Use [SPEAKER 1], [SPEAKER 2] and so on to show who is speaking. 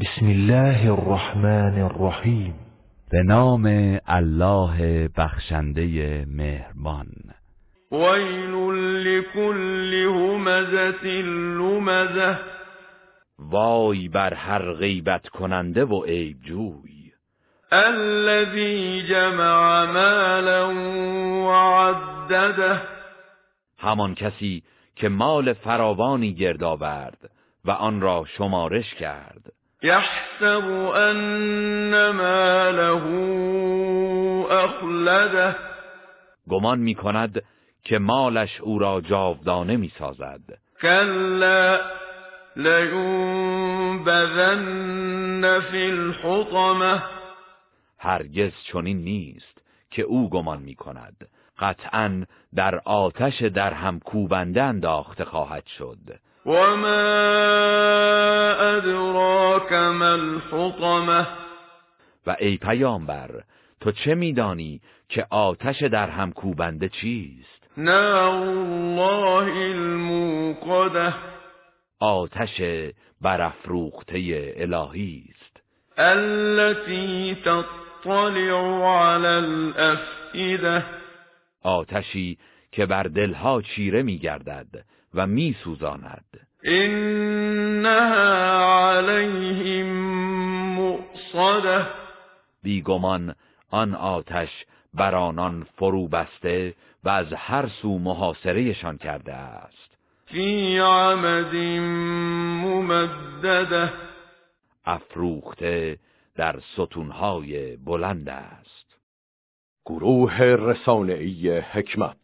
[SPEAKER 1] بسم الله الرحمن الرحیم
[SPEAKER 2] به نام الله بخشنده مهربان
[SPEAKER 3] ويل لكل همزة لمزة
[SPEAKER 2] وای بر هر غیبت کننده و عیب جوی
[SPEAKER 3] الذي جمع مالا وعدده
[SPEAKER 2] همان کسی که مال فراوانی گرد آورد و آن را شمارش کرد
[SPEAKER 3] يحسب أن ماله أخلده
[SPEAKER 2] گمان می کند که مالش او را جاودانه می سازد
[SPEAKER 3] كلا لينبذن في الحطمة
[SPEAKER 2] هرگز چنین نیست که او گمان می کند قطعا در آتش در هم کوبنده انداخته خواهد شد
[SPEAKER 3] وما أدراك ما الحطمة
[SPEAKER 2] و ای پیامبر تو چه میدانی که آتش در هم کوبنده چیست
[SPEAKER 3] نار الله الموقده
[SPEAKER 2] آتش برافروخته الهی است
[SPEAKER 3] التي تطلع على الأفئدة
[SPEAKER 2] آتشی که بر دلها چیره میگردد و میسوزاند
[SPEAKER 3] إنها عليهم مؤصدة
[SPEAKER 2] بیگمان آن آتش بر آنان فرو بسته و از هر سو محاصرهشان کرده است
[SPEAKER 3] في عمد ممددة
[SPEAKER 2] افروخته در ستونهای بلند است
[SPEAKER 4] گروه رسانه‌ای حکمت